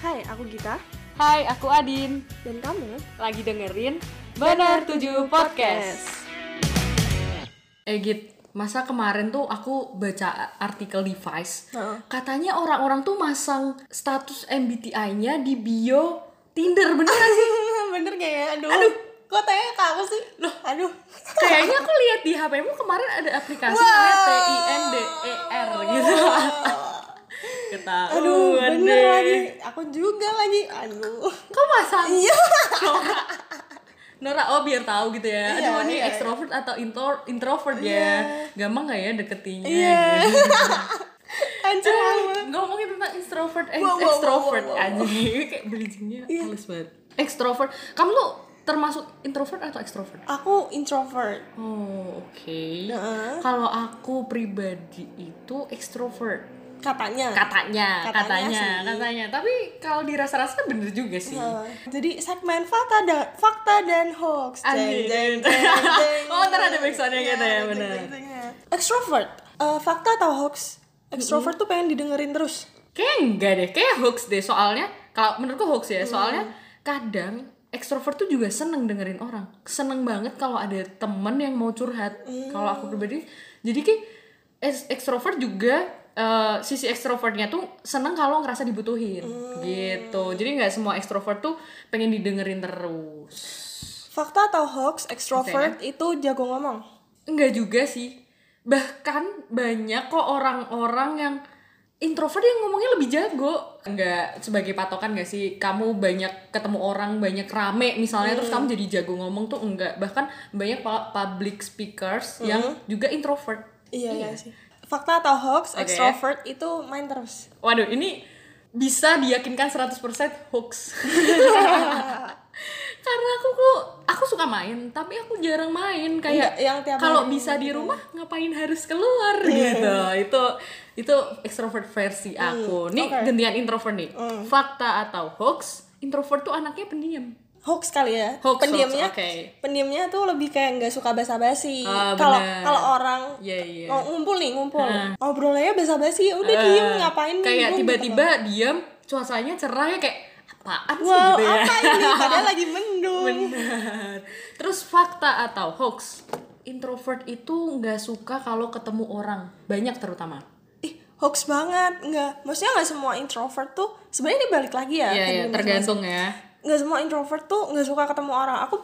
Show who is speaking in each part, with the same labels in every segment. Speaker 1: Hai, aku Gita
Speaker 2: Hai, aku Adin.
Speaker 1: dan kamu
Speaker 2: Lagi dengerin Benar 7 Podcast. Eh Git, masa kemarin tuh aku baca artikel device.
Speaker 1: Heeh.
Speaker 2: Katanya orang-orang tuh masang status MBTI-nya di bio Tinder, bener gak sih?
Speaker 1: Bener gak ya? Aduh, Kok tanya ke aku sih? Loh, aduh
Speaker 2: Kayaknya aku lihat di HPmu kemarin ada aplikasi namanya T-I-N-D-E-R gitu. Ketahuan
Speaker 1: Aduh, bener
Speaker 2: deh.
Speaker 1: lagi Aku juga lagi Aduh
Speaker 2: Kok masang? Iya. Nora. Nora, oh biar tahu gitu ya.
Speaker 1: Iya,
Speaker 2: Aduh, ini
Speaker 1: iya.
Speaker 2: extrovert atau intro- introvert ya. Gampang nggak ya deketinnya?
Speaker 1: Iya
Speaker 2: gitu.
Speaker 1: Hancur banget
Speaker 2: Eh, ngomongin tentang introvert, eh,
Speaker 1: Wow, wow, wow,
Speaker 2: extrovert
Speaker 1: wow, wow, wow.
Speaker 2: aja. Ini kayak bridgingnya
Speaker 1: Iya.
Speaker 2: halus banget. Extrovert, kamu tuh termasuk introvert atau extrovert?
Speaker 1: Aku introvert
Speaker 2: Oh, oke.
Speaker 1: Heeh.
Speaker 2: Kalau aku pribadi itu extrovert.
Speaker 1: Katanya
Speaker 2: Katanya,
Speaker 1: Katanya
Speaker 2: katanya,
Speaker 1: sih.
Speaker 2: katanya. Tapi kalau dirasa-rasa bener juga sih.
Speaker 1: Heeh. Eh, Jadi segmen fakta dan fakta dan hoax.
Speaker 2: Anjing. Oh, ntar ada backsoundnya gitu ya, benar.
Speaker 1: benar. Iya, Extrovert, Eh, fakta atau hoax? Extrovert tuh pengen didengerin terus.
Speaker 2: Kayaknya enggak deh, kayak hoax deh soalnya kalau menurutku hoax ya, soalnya kadang ekstrovert tuh juga seneng dengerin orang. Seneng banget kalau ada temen yang mau curhat. Kalau aku pribadi jadi kayak es- ekstrovert juga eh, sisi ekstrovertnya tuh seneng kalau ngerasa dibutuhin gitu. Jadi nggak semua ekstrovert tuh pengen didengerin terus.
Speaker 1: Fakta atau hoax, extrovert itu jago ngomong.
Speaker 2: Enggak juga sih. Bahkan banyak kok orang-orang yang introvert yang ngomongnya lebih jago. Enggak sebagai patokan gak sih? Kamu banyak ketemu orang, banyak rame misalnya terus kamu jadi jago ngomong tuh enggak. Bahkan banyak pu- public speakers yang juga introvert.
Speaker 1: Iya, iya sih. Fakta atau hoax,
Speaker 2: Oke.
Speaker 1: extrovert itu main terus.
Speaker 2: Waduh, ini bisa diyakinkan 100% hoax. Karena aku tuh aku suka main, tapi aku jarang main
Speaker 1: Enggak,
Speaker 2: kayak
Speaker 1: yang tiap gitu. Iya.
Speaker 2: kalau
Speaker 1: hari.
Speaker 2: bisa di rumah ngapain harus keluar gitu. Itu itu extrovert versi aku.
Speaker 1: Iya,
Speaker 2: Nih
Speaker 1: oke. Hmm.
Speaker 2: gantian introvert nih. Fakta atau hoax? Introvert tuh anaknya pendiam.
Speaker 1: Hoax kali ya.
Speaker 2: Hoax, hoax,
Speaker 1: pendiamnya,
Speaker 2: oke.
Speaker 1: pendiamnya tuh lebih kayak nggak suka basa-basi.
Speaker 2: Ah,
Speaker 1: Kalau
Speaker 2: benar.
Speaker 1: kalau orang
Speaker 2: Iya, iya.
Speaker 1: ng- ngumpul nih, ngumpul.
Speaker 2: Ah.
Speaker 1: Ngobrolnya basa-basi, ya udah diem ngapain
Speaker 2: Kayak
Speaker 1: bingung gitu
Speaker 2: tiba-tiba diam, cuacanya cerah ya kayak apaan sih
Speaker 1: Wow,
Speaker 2: gitu ya.
Speaker 1: apa ini? Padahal lagi mendung.
Speaker 2: Benar. Terus fakta atau hoax? Introvert itu nggak suka kalau ketemu orang banyak terutama.
Speaker 1: Ih, hoax banget. Enggak, maksudnya nggak semua introvert tuh sebenarnya ini balik lagi ya.
Speaker 2: Iya
Speaker 1: ke
Speaker 2: ya,
Speaker 1: diri
Speaker 2: tergantung ya.
Speaker 1: masing-masing. Nggak semua introvert tuh nggak suka ketemu orang. Aku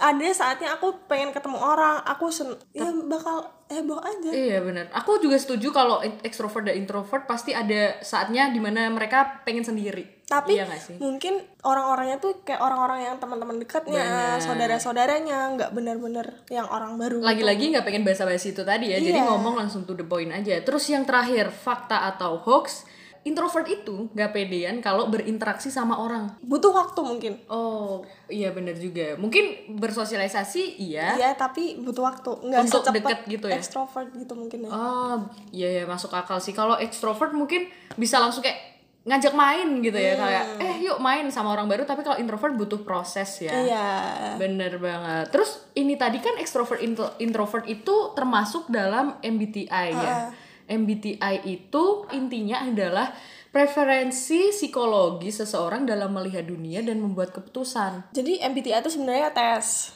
Speaker 1: ada saatnya aku pengen ketemu orang, aku sen ya bakal heboh aja.
Speaker 2: Iya benar. Aku juga setuju kalau ekstrovert dan introvert pasti ada saatnya dimana mereka pengen sendiri.
Speaker 1: Tapi
Speaker 2: iya nggak sih?
Speaker 1: mungkin orang-orangnya tuh kayak orang-orang yang teman-teman dekatnya, saudara-saudaranya, nggak bener-bener yang orang baru.
Speaker 2: Lagi-lagi nggak pengen basa-basi itu tadi ya. Jadi
Speaker 1: Iya.
Speaker 2: ngomong langsung to the point aja. Terus yang terakhir fakta atau hoax? Introvert itu nggak pedean kalau berinteraksi sama orang.
Speaker 1: Butuh waktu mungkin.
Speaker 2: Oh iya benar juga. Mungkin bersosialisasi iya.
Speaker 1: Iya, tapi butuh waktu. Nggak
Speaker 2: Untuk
Speaker 1: secepat
Speaker 2: deket gitu ya?
Speaker 1: Extrovert gitu mungkin ya.
Speaker 2: Oh iya ya masuk akal sih. Kalau ekstrovert mungkin bisa langsung kayak ngajak main gitu ya
Speaker 1: Hmm.
Speaker 2: kayak eh yuk main sama orang baru. Tapi kalau introvert butuh proses ya.
Speaker 1: Iya.
Speaker 2: Bener banget. Terus ini tadi kan ekstrovert intro- introvert itu termasuk dalam MBTI ya. MBTI itu intinya adalah preferensi psikologi seseorang dalam melihat dunia dan membuat keputusan.
Speaker 1: Jadi MBTI itu sebenarnya tes.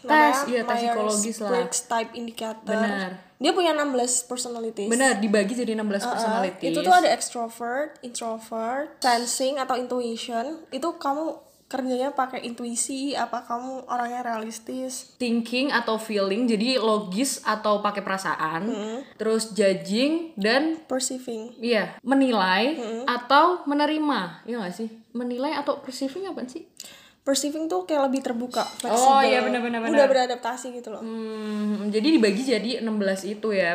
Speaker 2: iya, tes psikologis lah.
Speaker 1: Myers-Briggs Type Indicator.
Speaker 2: Benar.
Speaker 1: Dia punya 16 personalities. Eh,
Speaker 2: Bener dibagi jadi 16 personality.
Speaker 1: Itu tuh ada extrovert, introvert, sensing atau intuition. Itu kamu kerjanya pakai intuisi apa kamu orangnya realistis?
Speaker 2: thinking atau feeling jadi logis atau pakai perasaan
Speaker 1: Mm-hmm.
Speaker 2: terus judging dan
Speaker 1: Perceiving.
Speaker 2: iya menilai
Speaker 1: Mm-hmm.
Speaker 2: atau menerima ya nggak sih menilai atau perceiving apa sih
Speaker 1: Perceiving tuh kayak lebih terbuka,
Speaker 2: Oh,
Speaker 1: fleksibel.
Speaker 2: iya, benar-benar, benar.
Speaker 1: Udah beradaptasi gitu loh.
Speaker 2: hmm, jadi dibagi jadi 16 itu ya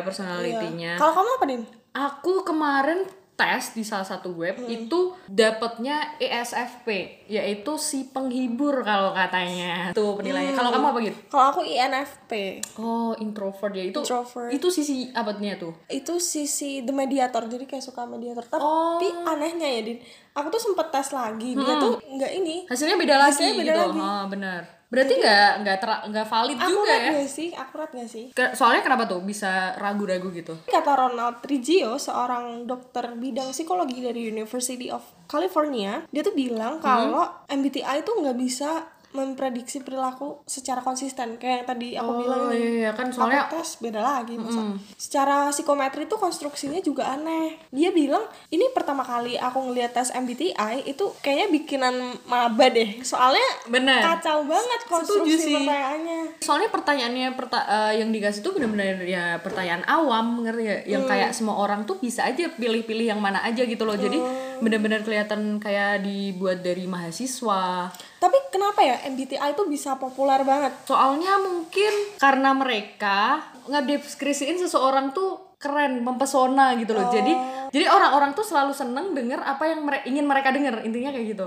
Speaker 1: Iya.
Speaker 2: personalitinya
Speaker 1: Kalau kamu apa, Din?
Speaker 2: aku kemarin tes di salah satu web
Speaker 1: Mm-hmm.
Speaker 2: itu dapatnya E ESFP yaitu si penghibur kalau katanya tuh penilaiannya
Speaker 1: Mm.
Speaker 2: kalau kamu apa gitu
Speaker 1: Kalau aku INFP.
Speaker 2: oh introvert ya itu
Speaker 1: Introvert.
Speaker 2: itu sisi abadnya tuh
Speaker 1: itu sisi the mediator jadi kayak suka mediator tapi
Speaker 2: Oh.
Speaker 1: anehnya ya
Speaker 2: Hmm.
Speaker 1: din aku tuh sempet tes lagi dia tuh nggak ini
Speaker 2: hasilnya beda lagi
Speaker 1: Hasilnya beda
Speaker 2: gitu
Speaker 1: lagi.
Speaker 2: Ah, benar berarti nggak nggak ter- nggak valid juga
Speaker 1: akurat
Speaker 2: ya
Speaker 1: gak sih akurat gak sih
Speaker 2: Ke- soalnya kenapa tuh bisa ragu-ragu gitu
Speaker 1: Kata Ronald Trigio, seorang dokter bidang psikologi dari University of California, dia tuh bilang
Speaker 2: Hmm.
Speaker 1: kalau MBTI tuh nggak bisa memprediksi perilaku secara konsisten kayak yang tadi aku bilang
Speaker 2: oh
Speaker 1: nih.
Speaker 2: iya kan
Speaker 1: Aku
Speaker 2: soalnya
Speaker 1: tes beda lagi masa. Secara psikometri tuh konstruksinya juga aneh. Dia bilang, ini pertama kali aku ngeliat tes MBTI itu kayaknya bikinan maba deh. Soalnya
Speaker 2: bener
Speaker 1: kacau banget konstruksi
Speaker 2: Eh, sih.
Speaker 1: pertanyaannya.
Speaker 2: soalnya pertanyaannya perta- eh, yang dikasih tuh bener-bener ya pertanyaan awam ngerti ya? yang kayak semua orang tuh bisa aja pilih-pilih yang mana aja gitu loh jadi bener-bener kelihatan kayak dibuat dari mahasiswa
Speaker 1: Tapi kenapa ya MBTI itu bisa populer banget?
Speaker 2: soalnya mungkin karena mereka ngedeskripsiin seseorang tuh keren mempesona gitu loh jadi jadi orang-orang tuh selalu seneng denger apa yang mere- ingin mereka denger intinya kayak gitu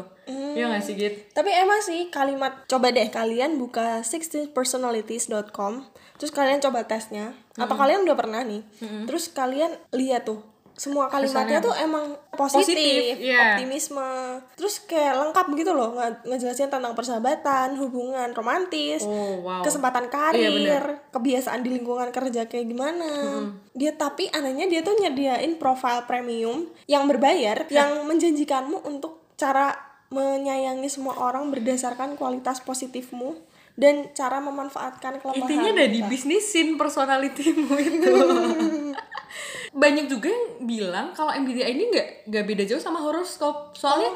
Speaker 2: ya nggak sih Git?
Speaker 1: Tapi emang sih kalimat coba deh kalian buka 16personalities.com terus kalian coba tesnya atau kalian udah pernah nih. Terus kalian lihat tuh semua kalimatnya tuh emang positif,
Speaker 2: Positif, iya.
Speaker 1: optimisme. Terus kayak lengkap gitu loh nge- ngejelasin tentang persahabatan, hubungan romantis,
Speaker 2: oh wow
Speaker 1: kesempatan karir, kebiasaan di lingkungan kerja kayak gimana. Dia tapi anehnya dia tuh nyediain profile premium yang berbayar yang menjanjikanmu untuk cara menyayangi semua orang berdasarkan kualitas positifmu dan cara memanfaatkan kelemahan.
Speaker 2: intinya udah dibisnisin personalitimu itu banyak juga yang bilang kalau MBTI ini nggak nggak beda jauh sama horoskop soalnya
Speaker 1: Oh.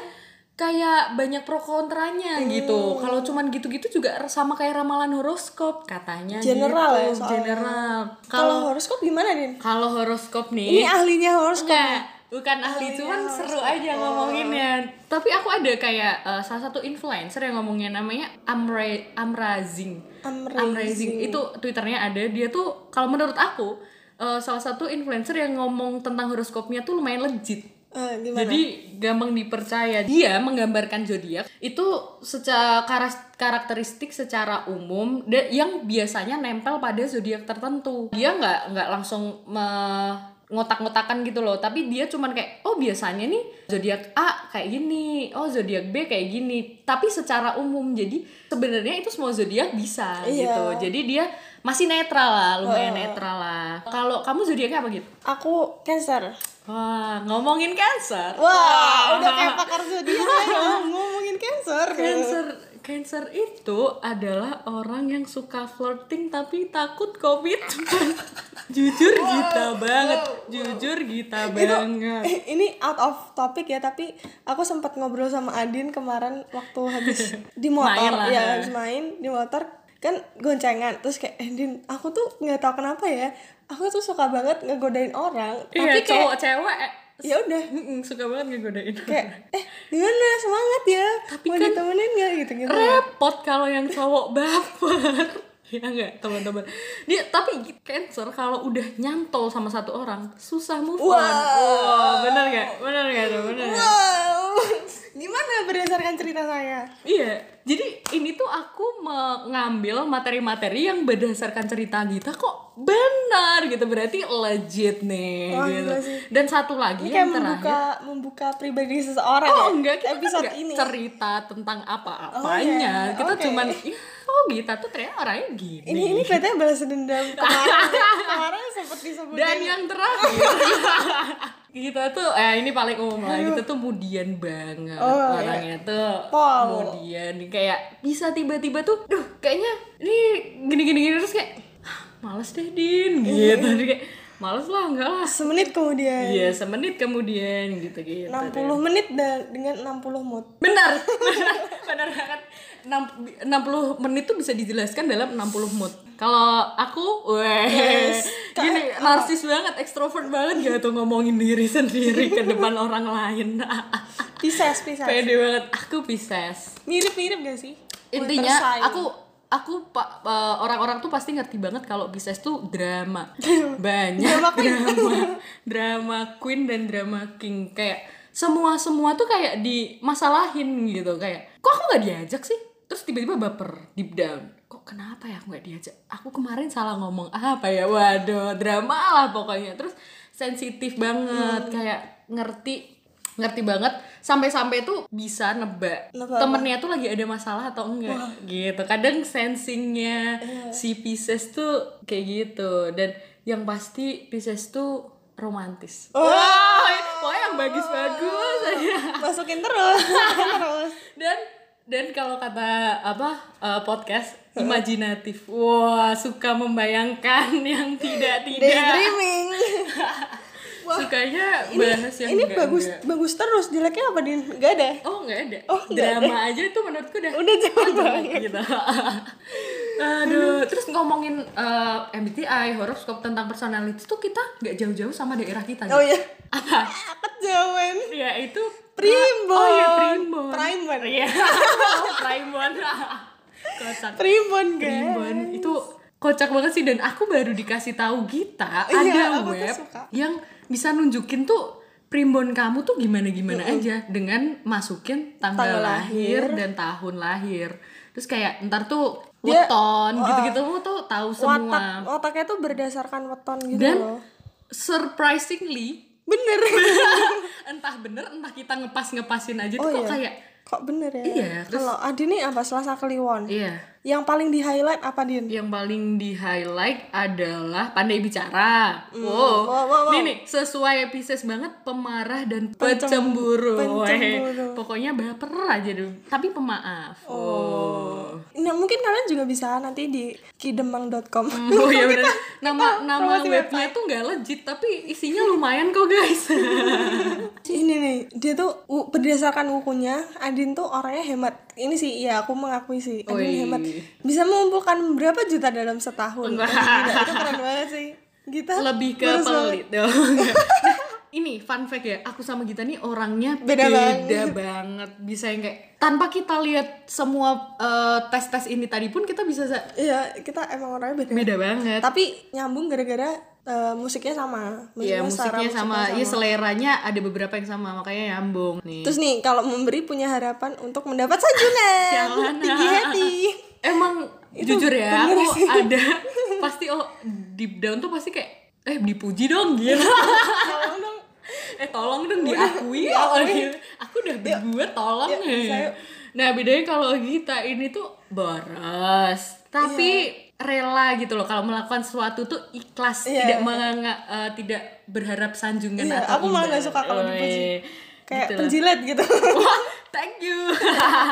Speaker 2: kayak banyak pro kontranya
Speaker 1: Hmm.
Speaker 2: gitu kalau cuman gitu-gitu juga sama kayak ramalan horoskop katanya
Speaker 1: General
Speaker 2: gitu,
Speaker 1: ya soalnya.
Speaker 2: general kalau Iya.
Speaker 1: Kalau horoskop gimana, Din?
Speaker 2: kalau horoskop
Speaker 1: Ini
Speaker 2: nih
Speaker 1: ahlinya horoskop. ya? Oh, iya,
Speaker 2: Enggak, bukan ahli cuman seru aja ngomonginnya. Tapi aku ada kayak eh, salah satu influencer yang ngomongnya namanya Amra Amrazing.
Speaker 1: Amrazing.
Speaker 2: itu twitternya ada. Dia tuh kalau menurut aku eh, salah satu influencer yang ngomong tentang horoskopnya tuh lumayan legit.
Speaker 1: Eh, gimana?
Speaker 2: Jadi gampang dipercaya. Dia menggambarkan zodiak itu secara karas- karakteristik secara umum da- yang biasanya nempel pada zodiak tertentu. Dia nggak nggak langsung me- ngotak-ngotakan gitu loh, tapi dia cuman kayak oh biasanya nih zodiak A kayak gini, oh zodiak B kayak gini. Tapi secara umum jadi sebenarnya itu semua zodiak bisa
Speaker 1: Iya.
Speaker 2: gitu. Jadi dia masih netral lah, lumayan netral lah. Kalau kamu zodiaknya apa gitu?
Speaker 1: Aku Cancer.
Speaker 2: Wah, ngomongin cancer.
Speaker 1: Wah, udah kayak pakar zodiak ya, ngomongin Cancer.
Speaker 2: Cancer, cancer itu adalah orang yang suka flirting tapi takut komitmen. Jujur gita banget, jujur gita banget.
Speaker 1: Eh, ini out of topic ya tapi aku sempat ngobrol sama Adin kemarin waktu habis di
Speaker 2: Main
Speaker 1: motor
Speaker 2: lah.
Speaker 1: ya habis main di motor kan goncengan terus kayak eh, Din aku tuh nggak tahu kenapa ya aku tuh suka banget ngegodain orang
Speaker 2: Iya,
Speaker 1: tapi kayak
Speaker 2: cowok cewek eh,
Speaker 1: ya udah
Speaker 2: mm, suka banget ngegodain.
Speaker 1: kayak eh gimana semangat ya
Speaker 2: Tapi
Speaker 1: mau
Speaker 2: kan-
Speaker 1: ditemenin nggak gitu gitu
Speaker 2: repot kalau yang cowok baper ya enggak teman-teman dia tapi cancer kalau udah nyantol sama satu orang susah move
Speaker 1: Wow.
Speaker 2: on Wah, bener nggak bener nggak tuh? bener nggak?
Speaker 1: wow gimana berdasarkan cerita saya
Speaker 2: Iya, jadi ini tuh aku mengambil materi-materi yang berdasarkan cerita kita kok benar gitu berarti legit nih
Speaker 1: Wah,
Speaker 2: gitu.
Speaker 1: gila Oh, iya sih.
Speaker 2: Dan satu lagi
Speaker 1: ini kayak
Speaker 2: yang
Speaker 1: membuka
Speaker 2: terakhir.
Speaker 1: membuka pribadi seseorang
Speaker 2: Iya, Oh
Speaker 1: ya,
Speaker 2: enggak, kita kan
Speaker 1: episode
Speaker 2: enggak
Speaker 1: ini
Speaker 2: cerita tentang apa-apanya.
Speaker 1: Oh, iya.
Speaker 2: Kita
Speaker 1: Oke.
Speaker 2: cuman "Ih, oh kita tuh ternyata orangnya gini.
Speaker 1: Ini ini kelihatannya balas dendam kemarin kemarin sempat disebutin.
Speaker 2: Dan yang terakhir kita tuh eh ini paling umum lah kita tuh mudian banget
Speaker 1: Oh,
Speaker 2: orangnya tuh
Speaker 1: Pol.
Speaker 2: mudian kayak bisa tiba-tiba tuh duh kayaknya ini gini-gini gini." terus kayak "Hah, males deh din
Speaker 1: Iya.
Speaker 2: gitu Jadi kayak males lah enggak lah
Speaker 1: semenit kemudian
Speaker 2: iya semenit kemudian gitu gitu
Speaker 1: 60 menit dan dengan 60 mood.
Speaker 2: benar benar benar banget Enam- 60 menit tuh bisa dijelaskan dalam 60 mood kalau aku wes gini narsis banget ekstrovert banget gak tuh ngomongin diri sendiri ke depan orang lain
Speaker 1: Pisces, Pisces.
Speaker 2: pede banget aku Pisces
Speaker 1: Mirip-mirip gak sih?
Speaker 2: intinya
Speaker 1: Winter sign.
Speaker 2: aku aku pa- eh, orang-orang tuh pasti ngerti banget kalau Pisces tuh drama banyak
Speaker 1: Drama
Speaker 2: drama
Speaker 1: queen.
Speaker 2: drama drama queen dan drama king kayak semua semua tuh kayak dimasalahin gitu kayak kok aku nggak diajak sih terus tiba-tiba baper deep down kok kenapa ya aku nggak diajak aku kemarin salah ngomong apa ya
Speaker 1: Hmm.
Speaker 2: waduh drama lah pokoknya terus sensitif banget kayak ngerti ngerti banget sampai-sampai tuh bisa nebak
Speaker 1: Nebak apa?
Speaker 2: temennya tuh lagi ada masalah atau enggak gitu kadang sensingnya
Speaker 1: Iya.
Speaker 2: si Pisces tuh kayak gitu dan yang pasti Pisces tuh romantis
Speaker 1: Oh.
Speaker 2: wah pokoknya yang bagus-bagus aja
Speaker 1: masukin terus terus
Speaker 2: dan dan kalau kata apa eh, podcast imajinatif wah suka membayangkan yang tidak tidak
Speaker 1: daydreaming
Speaker 2: sukanya bahas yang
Speaker 1: ini
Speaker 2: enggak-
Speaker 1: bagus
Speaker 2: enggak.
Speaker 1: bagus terus jeleknya apa din nggak ada
Speaker 2: Oh nggak ada.
Speaker 1: Oh, nggak
Speaker 2: Drama aja itu menurutku udah.
Speaker 1: Udah jauh
Speaker 2: jelek
Speaker 1: banget.
Speaker 2: Gitu. Aduh, terus ngomongin eh, MBTI, horoskop tentang personality tuh kita nggak jauh-jauh sama daerah kita.
Speaker 1: oh iya
Speaker 2: Apa?
Speaker 1: kejauhan
Speaker 2: Ya itu
Speaker 1: Primbon.
Speaker 2: Oh iya primbon.
Speaker 1: Primbon.
Speaker 2: Iya. primbon. Kocak.
Speaker 1: primbon guys
Speaker 2: Primbon itu kocak banget sih dan aku baru dikasih tahu Gita
Speaker 1: Iya,
Speaker 2: ada
Speaker 1: aku tuh
Speaker 2: web
Speaker 1: suka.
Speaker 2: yang bisa nunjukin tuh primbon kamu tuh gimana gimana aja dengan masukin tanggal,
Speaker 1: Tanggal
Speaker 2: lahir,
Speaker 1: lahir.
Speaker 2: dan tahun lahir terus kayak ntar tuh
Speaker 1: Dia-
Speaker 2: weton gitu-gitu tuh tahu
Speaker 1: watak
Speaker 2: semua
Speaker 1: wataknya tuh berdasarkan weton gitu
Speaker 2: dan
Speaker 1: loh
Speaker 2: surprisingly
Speaker 1: bener
Speaker 2: entah bener entah kita ngepas ngepasin aja
Speaker 1: Oh
Speaker 2: tuh kok
Speaker 1: iya.
Speaker 2: kayak
Speaker 1: kok bener ya
Speaker 2: Iya, terus-
Speaker 1: kalau Adi nih apa Selasa Kliwon
Speaker 2: iya
Speaker 1: yang paling di highlight apa din
Speaker 2: yang paling di highlight adalah pandai bicara. Wow.
Speaker 1: wow, wow, wow.
Speaker 2: Nih nih sesuai Pisces banget pemarah dan
Speaker 1: Pencem-
Speaker 2: pecemburu. Weh,
Speaker 1: pencemburu.
Speaker 2: Pokoknya baper aja dulu. Tapi pemaaf. Oh.
Speaker 1: Nah, mungkin kalian juga bisa nanti di kidemang.com.
Speaker 2: Oh iya bener. Nama nama
Speaker 1: promosi
Speaker 2: webnya tuh nggak legit tapi isinya lumayan kok guys.
Speaker 1: Ini nih, dia tuh u- berdasarkan wukunya, Adin tuh orangnya hemat. Ini sih, ya aku mengakui sih, Adin
Speaker 2: Wih.
Speaker 1: hemat. Bisa mengumpulkan berapa juta dalam setahun.
Speaker 2: Wah.
Speaker 1: Gila, itu keren banget sih. Gita
Speaker 2: Lebih ke
Speaker 1: baru suara-
Speaker 2: pelit dong. Nah, Ini fun fact ya, aku sama Gita nih orangnya
Speaker 1: Beda
Speaker 2: beda, banget. Bisa yang kayak tanpa kita lihat semua eh, tes-tes ini tadi pun kita bisa sa-
Speaker 1: Iya, kita emang orangnya beda.
Speaker 2: beda banget
Speaker 1: Tapi nyambung gara-gara eh, musiknya sama.
Speaker 2: Iya
Speaker 1: secara
Speaker 2: musiknya sama, iya seleranya ada beberapa yang sama makanya nyambung nih.
Speaker 1: Terus nih, kalau memberi punya harapan untuk mendapat sanjungan.
Speaker 2: Jangan.
Speaker 1: Tinggi hati.
Speaker 2: Emang jujur ya
Speaker 1: bener sih.
Speaker 2: aku ada pasti oh deep down tuh pasti kayak eh dipuji dong gitu.
Speaker 1: Tolong dong.
Speaker 2: eh tolong dong diakui, oh, gitu. Aku udah berbuat tolong
Speaker 1: Yuk,
Speaker 2: ya.
Speaker 1: bisa, yuk.
Speaker 2: Nah bedanya kalau kita ini tuh boros tapi rela gitu loh kalau melakukan sesuatu tuh ikhlas
Speaker 1: Iya.
Speaker 2: tidak menga- eh, tidak berharap sanjungan
Speaker 1: Iya,
Speaker 2: atau
Speaker 1: aku malah nggak
Speaker 2: imbalan.
Speaker 1: suka kalau dipuji.
Speaker 2: Weh,
Speaker 1: Kayak
Speaker 2: gitu lah.
Speaker 1: penjilat gitu.
Speaker 2: Wah, thank you.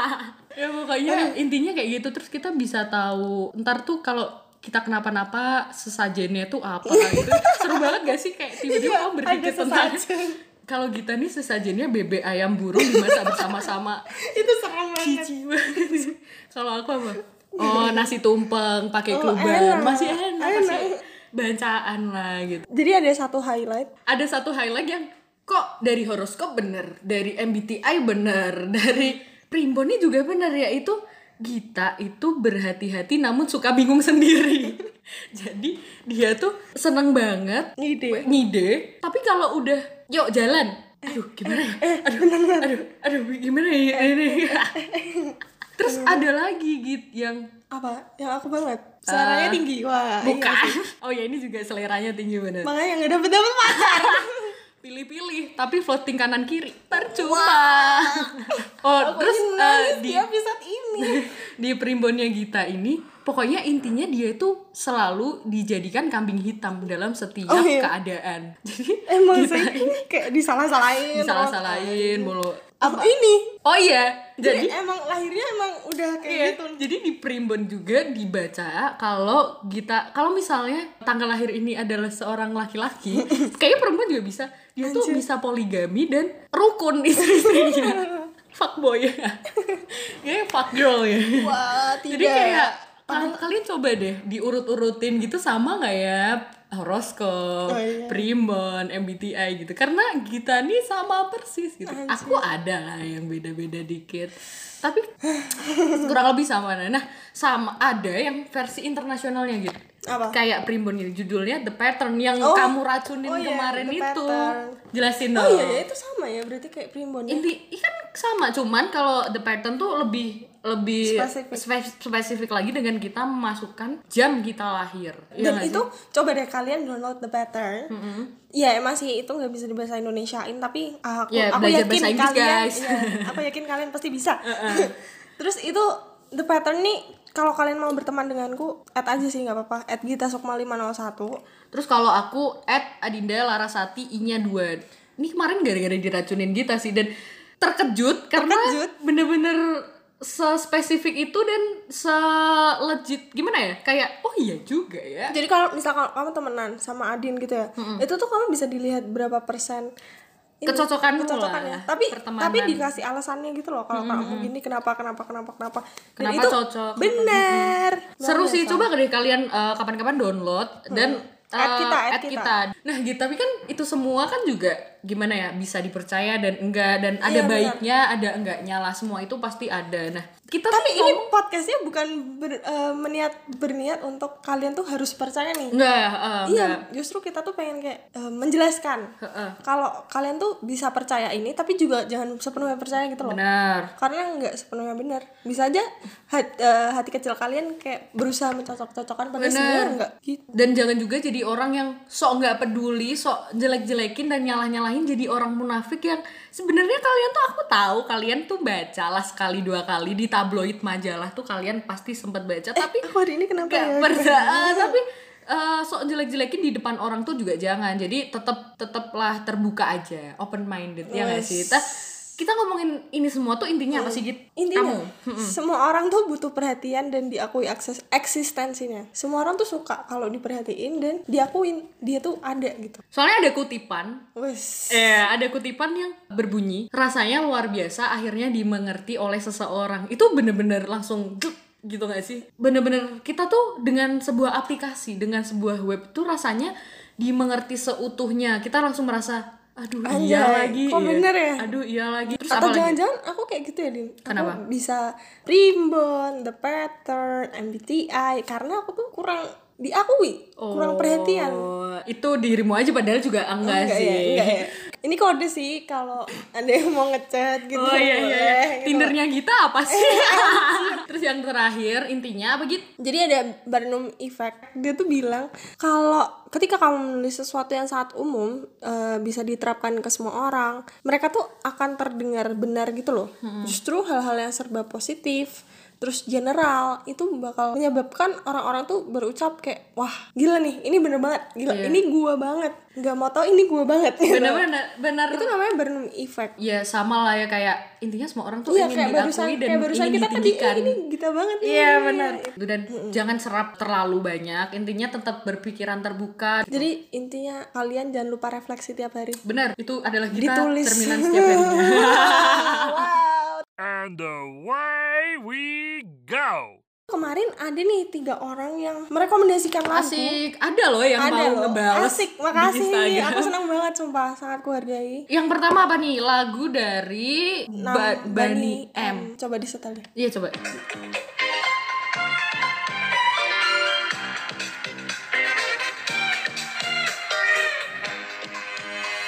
Speaker 2: ya pokoknya intinya kayak gitu terus kita bisa tahu ntar tuh kalau kita kenapa-napa sesajennya tuh apa gitu. Seru banget gak sih kayak tiba-tiba
Speaker 1: Iya,
Speaker 2: kamu berpikir
Speaker 1: ada
Speaker 2: tentang
Speaker 1: sesajen.
Speaker 2: kalau kita nih sesajennya bebek ayam burung dimasak bersama-sama.
Speaker 1: itu serem banget.
Speaker 2: Jijik banget. Kalau aku apa? Oh, nasi tumpeng pakai
Speaker 1: Oh,
Speaker 2: kluban.
Speaker 1: enak.
Speaker 2: Masih enak, masih
Speaker 1: Enak.
Speaker 2: bancaan lah gitu
Speaker 1: Jadi ada satu highlight.
Speaker 2: ada satu highlight yang kok dari horoskop bener, dari MBTI bener, dari primbonnya juga bener yaitu Gita itu berhati-hati namun suka bingung sendiri. Jadi dia tuh seneng banget
Speaker 1: Ngide.
Speaker 2: ngide, tapi kalau udah yuk jalan, aduh gimana ya? Aduh, aduh, aduh gimana ya ini? Terus ada lagi git yang
Speaker 1: Apa? Yang aku banget.
Speaker 2: Eh,
Speaker 1: Suaranya tinggi. Wah. iya.
Speaker 2: bukan. Oh ya ini juga seleranya tinggi bener.
Speaker 1: Makanya nggak dapet dapet pacar.
Speaker 2: pilih-pilih tapi floating kanan kiri percuma oh terus
Speaker 1: Terus
Speaker 2: eh,
Speaker 1: nangis
Speaker 2: di
Speaker 1: di episode ini.
Speaker 2: di primbonnya Gita ini pokoknya intinya dia itu selalu dijadikan kambing hitam dalam setiap
Speaker 1: Oh, iya. Eh,
Speaker 2: keadaan jadi
Speaker 1: Emang sih kayak disalah-salahin.
Speaker 2: disalah-salahin mulu
Speaker 1: Apa ini?
Speaker 2: oh iya
Speaker 1: Jadi,
Speaker 2: jadi
Speaker 1: emang lahirnya emang udah kayak
Speaker 2: Iya,
Speaker 1: gitu.
Speaker 2: Jadi di primbon juga dibaca kalau kita kalau misalnya tanggal lahir ini adalah seorang laki-laki, kayaknya perempuan juga bisa. Dia tuh bisa poligami dan rukun istri-istrinya. fuckboy ya. Kayaknya fuck girl ya.
Speaker 1: Wah, tidak.
Speaker 2: Jadi kayak kal- kalian coba deh diurut-urutin gitu sama nggak ya horoskop,
Speaker 1: Oh, iya.
Speaker 2: primbon, MBTI gitu. Karena kita nih sama persis gitu. Aku ada lah yang beda-beda dikit. Tapi kurang lebih sama. Nah, sama ada yang versi internasionalnya gitu.
Speaker 1: Apa?
Speaker 2: kayak primbon gitu judulnya The Pattern yang
Speaker 1: Oh.
Speaker 2: kamu racunin
Speaker 1: Oh iya,
Speaker 2: kemarin
Speaker 1: The
Speaker 2: itu
Speaker 1: Pattern.
Speaker 2: jelasin dong
Speaker 1: Oh iya, ya, itu sama ya berarti kayak primbon. ya?
Speaker 2: inti ikan kan sama cuman kalau the pattern tuh lebih lebih
Speaker 1: Spesifik.
Speaker 2: spe- spesifik lagi dengan kita memasukkan jam kita lahir Iya
Speaker 1: Dan
Speaker 2: nggak
Speaker 1: itu coba deh kalian download the pattern. Ya emang sih itu nggak bisa dibahasa Indonesiain tapi ah, aku
Speaker 2: Ya,
Speaker 1: aku yakin
Speaker 2: belajar bahasa Inggris,
Speaker 1: kalian,
Speaker 2: guys.
Speaker 1: ya, aku yakin kalian pasti bisa. Terus itu the pattern nih kalau kalian mau berteman denganku add aja sih nggak apa-apa add Gita Sukma 501
Speaker 2: Terus kalau aku at Adinda Larasati I-nya 2. Ini kemarin gara-gara diracunin Gita sih dan terkejut karena
Speaker 1: Terkejut.
Speaker 2: bener-bener sespesifik itu dan se-legit gimana ya? Kayak oh iya juga ya.
Speaker 1: jadi kalau misal kalau kamu temenan sama Adin gitu ya itu tuh kamu bisa dilihat berapa persen ini,
Speaker 2: Kecocokanmu
Speaker 1: kecocokannya
Speaker 2: lah,
Speaker 1: tapi
Speaker 2: pertemanan.
Speaker 1: tapi dikasih alasannya gitu loh kalau kamu gini kenapa kenapa kenapa kenapa Dan
Speaker 2: Kenapa
Speaker 1: itu
Speaker 2: cocok, kenapa-
Speaker 1: bener
Speaker 2: Seru sih coba deh kalian eh, kapan-kapan download dan eh,
Speaker 1: Hmm. Add kita, add
Speaker 2: add Nah, gitu tapi kan itu semua kan juga gimana ya bisa dipercaya dan enggak dan ada
Speaker 1: Iya, benar.
Speaker 2: baiknya, ada enggaknya lah semua itu pasti ada. Nah, kita
Speaker 1: tapi
Speaker 2: sih
Speaker 1: ini podcastnya bukan ber- eh, meniat berniat untuk kalian tuh harus percaya nih
Speaker 2: enggak eh, enggak.
Speaker 1: iya justru kita tuh pengen kayak eh, menjelaskan
Speaker 2: Heeh.
Speaker 1: kalau kalian tuh bisa percaya ini tapi juga jangan sepenuhnya percaya gitu loh
Speaker 2: Benar.
Speaker 1: karena nggak sepenuhnya benar bisa aja hat- eh, hati kecil kalian kayak berusaha mencocok-cocokkan pada sebenarnya nggak gitu
Speaker 2: Dan jangan juga jadi orang yang sok nggak peduli, sok jelek-jelekin dan nyalah-nyalahin jadi orang munafik yang sebenarnya kalian tuh aku tahu kalian tuh bacalah sekali dua kali di tabloid majalah tuh kalian pasti sempat baca tapi
Speaker 1: aku hari ini kenapa
Speaker 2: nggak
Speaker 1: ya
Speaker 2: pernah eh, tapi eh, sok jelek-jelekin di depan orang tuh juga jangan jadi tetap tetaplah terbuka aja open minded ya nggak sih kita kita ngomongin ini semua tuh intinya apa sih Git?
Speaker 1: intinya
Speaker 2: kamu
Speaker 1: semua orang tuh butuh perhatian dan diakui akses eksistensinya semua orang tuh suka kalau diperhatiin dan diakuin dia tuh ada gitu
Speaker 2: soalnya ada kutipan
Speaker 1: wes
Speaker 2: Eh, ada kutipan yang berbunyi, rasanya luar biasa akhirnya dimengerti oleh seseorang. Itu bener-bener langsung "Gluk" gitu gak sih? Bener-bener kita tuh dengan sebuah aplikasi, dengan sebuah web tuh rasanya dimengerti seutuhnya. Kita langsung merasa, aduh iya
Speaker 1: Anjay,
Speaker 2: lagi.
Speaker 1: kok
Speaker 2: iya.
Speaker 1: bener ya?
Speaker 2: Aduh iya lagi. Terus
Speaker 1: atau
Speaker 2: apa lagi?
Speaker 1: jangan-jangan aku kayak gitu ya Din Aku
Speaker 2: Kenapa?
Speaker 1: bisa Primbon, The Pattern, MBTI Karena aku tuh kurang diakui Kurang perhatian
Speaker 2: Oh, itu dirimu aja padahal juga enggak,
Speaker 1: Enggak
Speaker 2: sih.
Speaker 1: ya, enggak ya. Ini kode sih kalau ada yang mau ngechat gitu
Speaker 2: Oh iya iya, iya.
Speaker 1: boleh, gitu. Eh, iya.
Speaker 2: Tindernya kita apa sih? Terus yang terakhir intinya apa gitu?
Speaker 1: Jadi ada Barnum Effect. Dia tuh bilang kalau ketika kamu menulis sesuatu yang sangat umum eh, bisa diterapkan ke semua orang, mereka tuh akan terdengar benar gitu loh.
Speaker 2: Hmm.
Speaker 1: Justru hal-hal yang serba positif, terus general itu bakal menyebabkan orang-orang tuh berucap kayak wah gila nih, ini bener banget, gila
Speaker 2: Iya.
Speaker 1: ini gua banget, nggak mau tau ini gua banget. gitu.
Speaker 2: Bener-bener bener
Speaker 1: Itu namanya Barnum Effect.
Speaker 2: ya sama lah ya kayak intinya semua orang tuh
Speaker 1: Iya
Speaker 2: ingin
Speaker 1: kayak
Speaker 2: diakui
Speaker 1: barusan
Speaker 2: dan
Speaker 1: kayak barusan
Speaker 2: ingin
Speaker 1: kita tadi
Speaker 2: ditinggikan
Speaker 1: "Ih, ini gita banget nih.
Speaker 2: iya benar dan jangan serap terlalu banyak intinya tetap berpikiran terbuka
Speaker 1: Jadi intinya kalian jangan lupa refleksi tiap hari.
Speaker 2: benar itu adalah kita
Speaker 1: Ditulis.
Speaker 2: cerminan setiap harinya
Speaker 3: And away we go!
Speaker 1: Kemarin ada nih tiga orang yang merekomendasikan lagu.
Speaker 2: asik ada loh yang
Speaker 1: ada
Speaker 2: mau
Speaker 1: loh.
Speaker 2: ngebales
Speaker 1: Asik,
Speaker 2: di
Speaker 1: makasih.
Speaker 2: Instagram.
Speaker 1: Aku senang banget sumpah, sangat kuhargai.
Speaker 2: yang pertama apa nih lagu dari
Speaker 1: Nah,
Speaker 2: ba Bani M
Speaker 1: Coba disetel deh.
Speaker 2: iya coba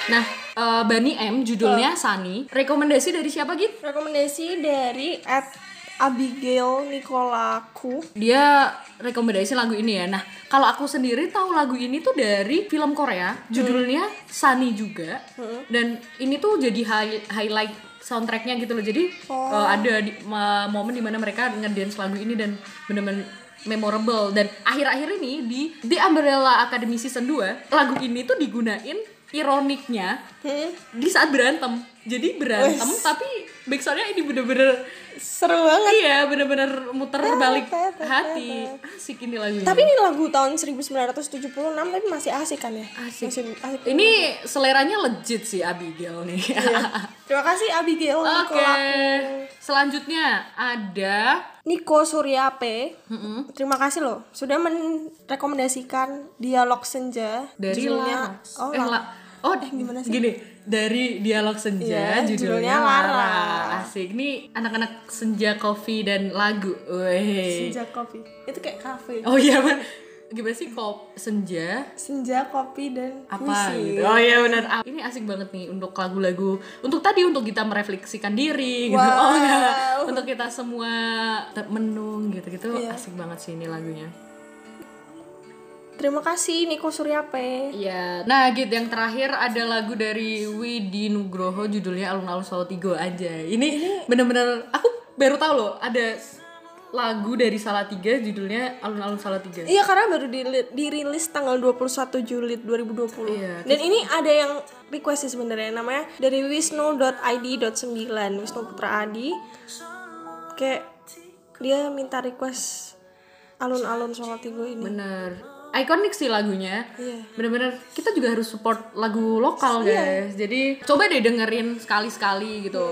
Speaker 2: Nah, eh, Bani M judulnya Sani. Rekomendasi dari siapa gitu?
Speaker 1: Rekomendasi dari at Abigail Nicolaku.
Speaker 2: dia rekomendasi lagu ini ya. Nah, kalau aku sendiri tahu lagu ini tuh dari film Korea, judulnya Sunny juga. Dan ini tuh jadi hi- highlight soundtracknya gitu loh. Jadi eh, ada di, ma- momen dimana mereka ngedance lagu ini dan bener-bener memorable. Dan akhir-akhir ini di The Umbrella Academy Season 2, lagu ini tuh digunain ironiknya
Speaker 1: Hmm,
Speaker 2: di saat berantem. Jadi berantem tapi backsoundnya ini bener-bener
Speaker 1: Seru banget.
Speaker 2: Iya bener-bener muter balik hati Asik ini lagunya
Speaker 1: Tapi ini lagu tahun 1976 tapi masih asik kan ya?
Speaker 2: Asik.
Speaker 1: Masih asik.
Speaker 2: Ini seleranya legit sih Abigail nih Iya.
Speaker 1: Terima kasih Abigail
Speaker 2: Oke
Speaker 1: Nicolaku.
Speaker 2: Selanjutnya ada
Speaker 1: Niko Surya P. Terima kasih loh sudah merekomendasikan dialog senja
Speaker 2: dari
Speaker 1: judulnya
Speaker 2: Laras.
Speaker 1: Oh,
Speaker 2: Eh,
Speaker 1: La-
Speaker 2: La- Oh, gimana sih? Gini, dari dialog senja
Speaker 1: Iya, judulnya
Speaker 2: judulnya,
Speaker 1: Laras.
Speaker 2: Laras. Asik. Ini anak-anak senja kopi dan lagu. Weh.
Speaker 1: senja kopi. Itu kayak kafe.
Speaker 2: Oh iya, bener. gimana sih kop senja
Speaker 1: senja kopi dan
Speaker 2: apa
Speaker 1: puisi
Speaker 2: gitu. Oh iya benar. Ah, Ini asik banget nih untuk lagu-lagu. Untuk tadi untuk kita merefleksikan diri gitu.
Speaker 1: Wow.
Speaker 2: Oh iya. Untuk kita semua ter- menung gitu-gitu asik banget sih ini lagunya.
Speaker 1: terima kasih Niko Suryape
Speaker 2: Iya. Nah, gitu yang terakhir ada lagu dari Widi Nugroho judulnya Alun-alun Solo Tigo aja. Ini bener-bener aku baru tahu loh ada lagu dari Salatiga judulnya Alun-alun Salatiga.
Speaker 1: Iya karena baru dili- dirilis tanggal 21 Juli 2020
Speaker 2: Iya,
Speaker 1: Dan ini ada yang request sih sebenarnya namanya dari wisnu.id.9 Wisnu Putra Adi Kayak dia minta request alun-alun Salatiga ini
Speaker 2: Bener. Ikonik sih lagunya.
Speaker 1: Iya.
Speaker 2: Bener-bener kita juga harus support lagu lokal guys. Jadi coba deh dengerin sekali-sekali gitu.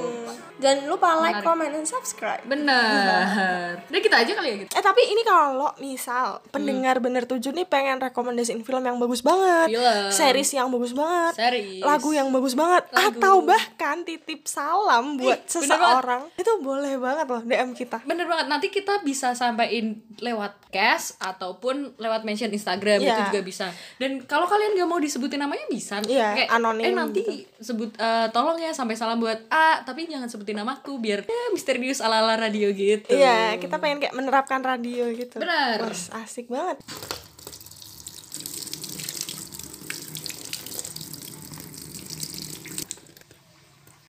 Speaker 1: Jangan lupa like, comment, and subscribe
Speaker 2: Bener. Udah kita aja kali ya gitu.
Speaker 1: Eh tapi ini kalau misal
Speaker 2: Hmm.
Speaker 1: pendengar bener tujuh nih pengen rekomendasiin film yang bagus banget,
Speaker 2: Film.
Speaker 1: series yang bagus banget,
Speaker 2: Series.
Speaker 1: lagu yang bagus banget, atau bahkan titip salam buat
Speaker 2: bener
Speaker 1: seseorang, itu boleh banget loh DM kita.
Speaker 2: Bener banget. Nanti kita bisa sampaikan lewat cash ataupun lewat mention Instagram
Speaker 1: Iya.
Speaker 2: itu juga bisa. Dan kalau kalian gak mau disebutin namanya bisa.
Speaker 1: Iya, anonim gitu.
Speaker 2: Eh nanti sebut eh, tolong ya sampai salam buat A, tapi jangan sebutin namaku biar ya, misterius ala-ala radio gitu.
Speaker 1: Iya, kita pengen kayak menerapkan radio gitu.
Speaker 2: Bener.
Speaker 1: Wah, asik banget.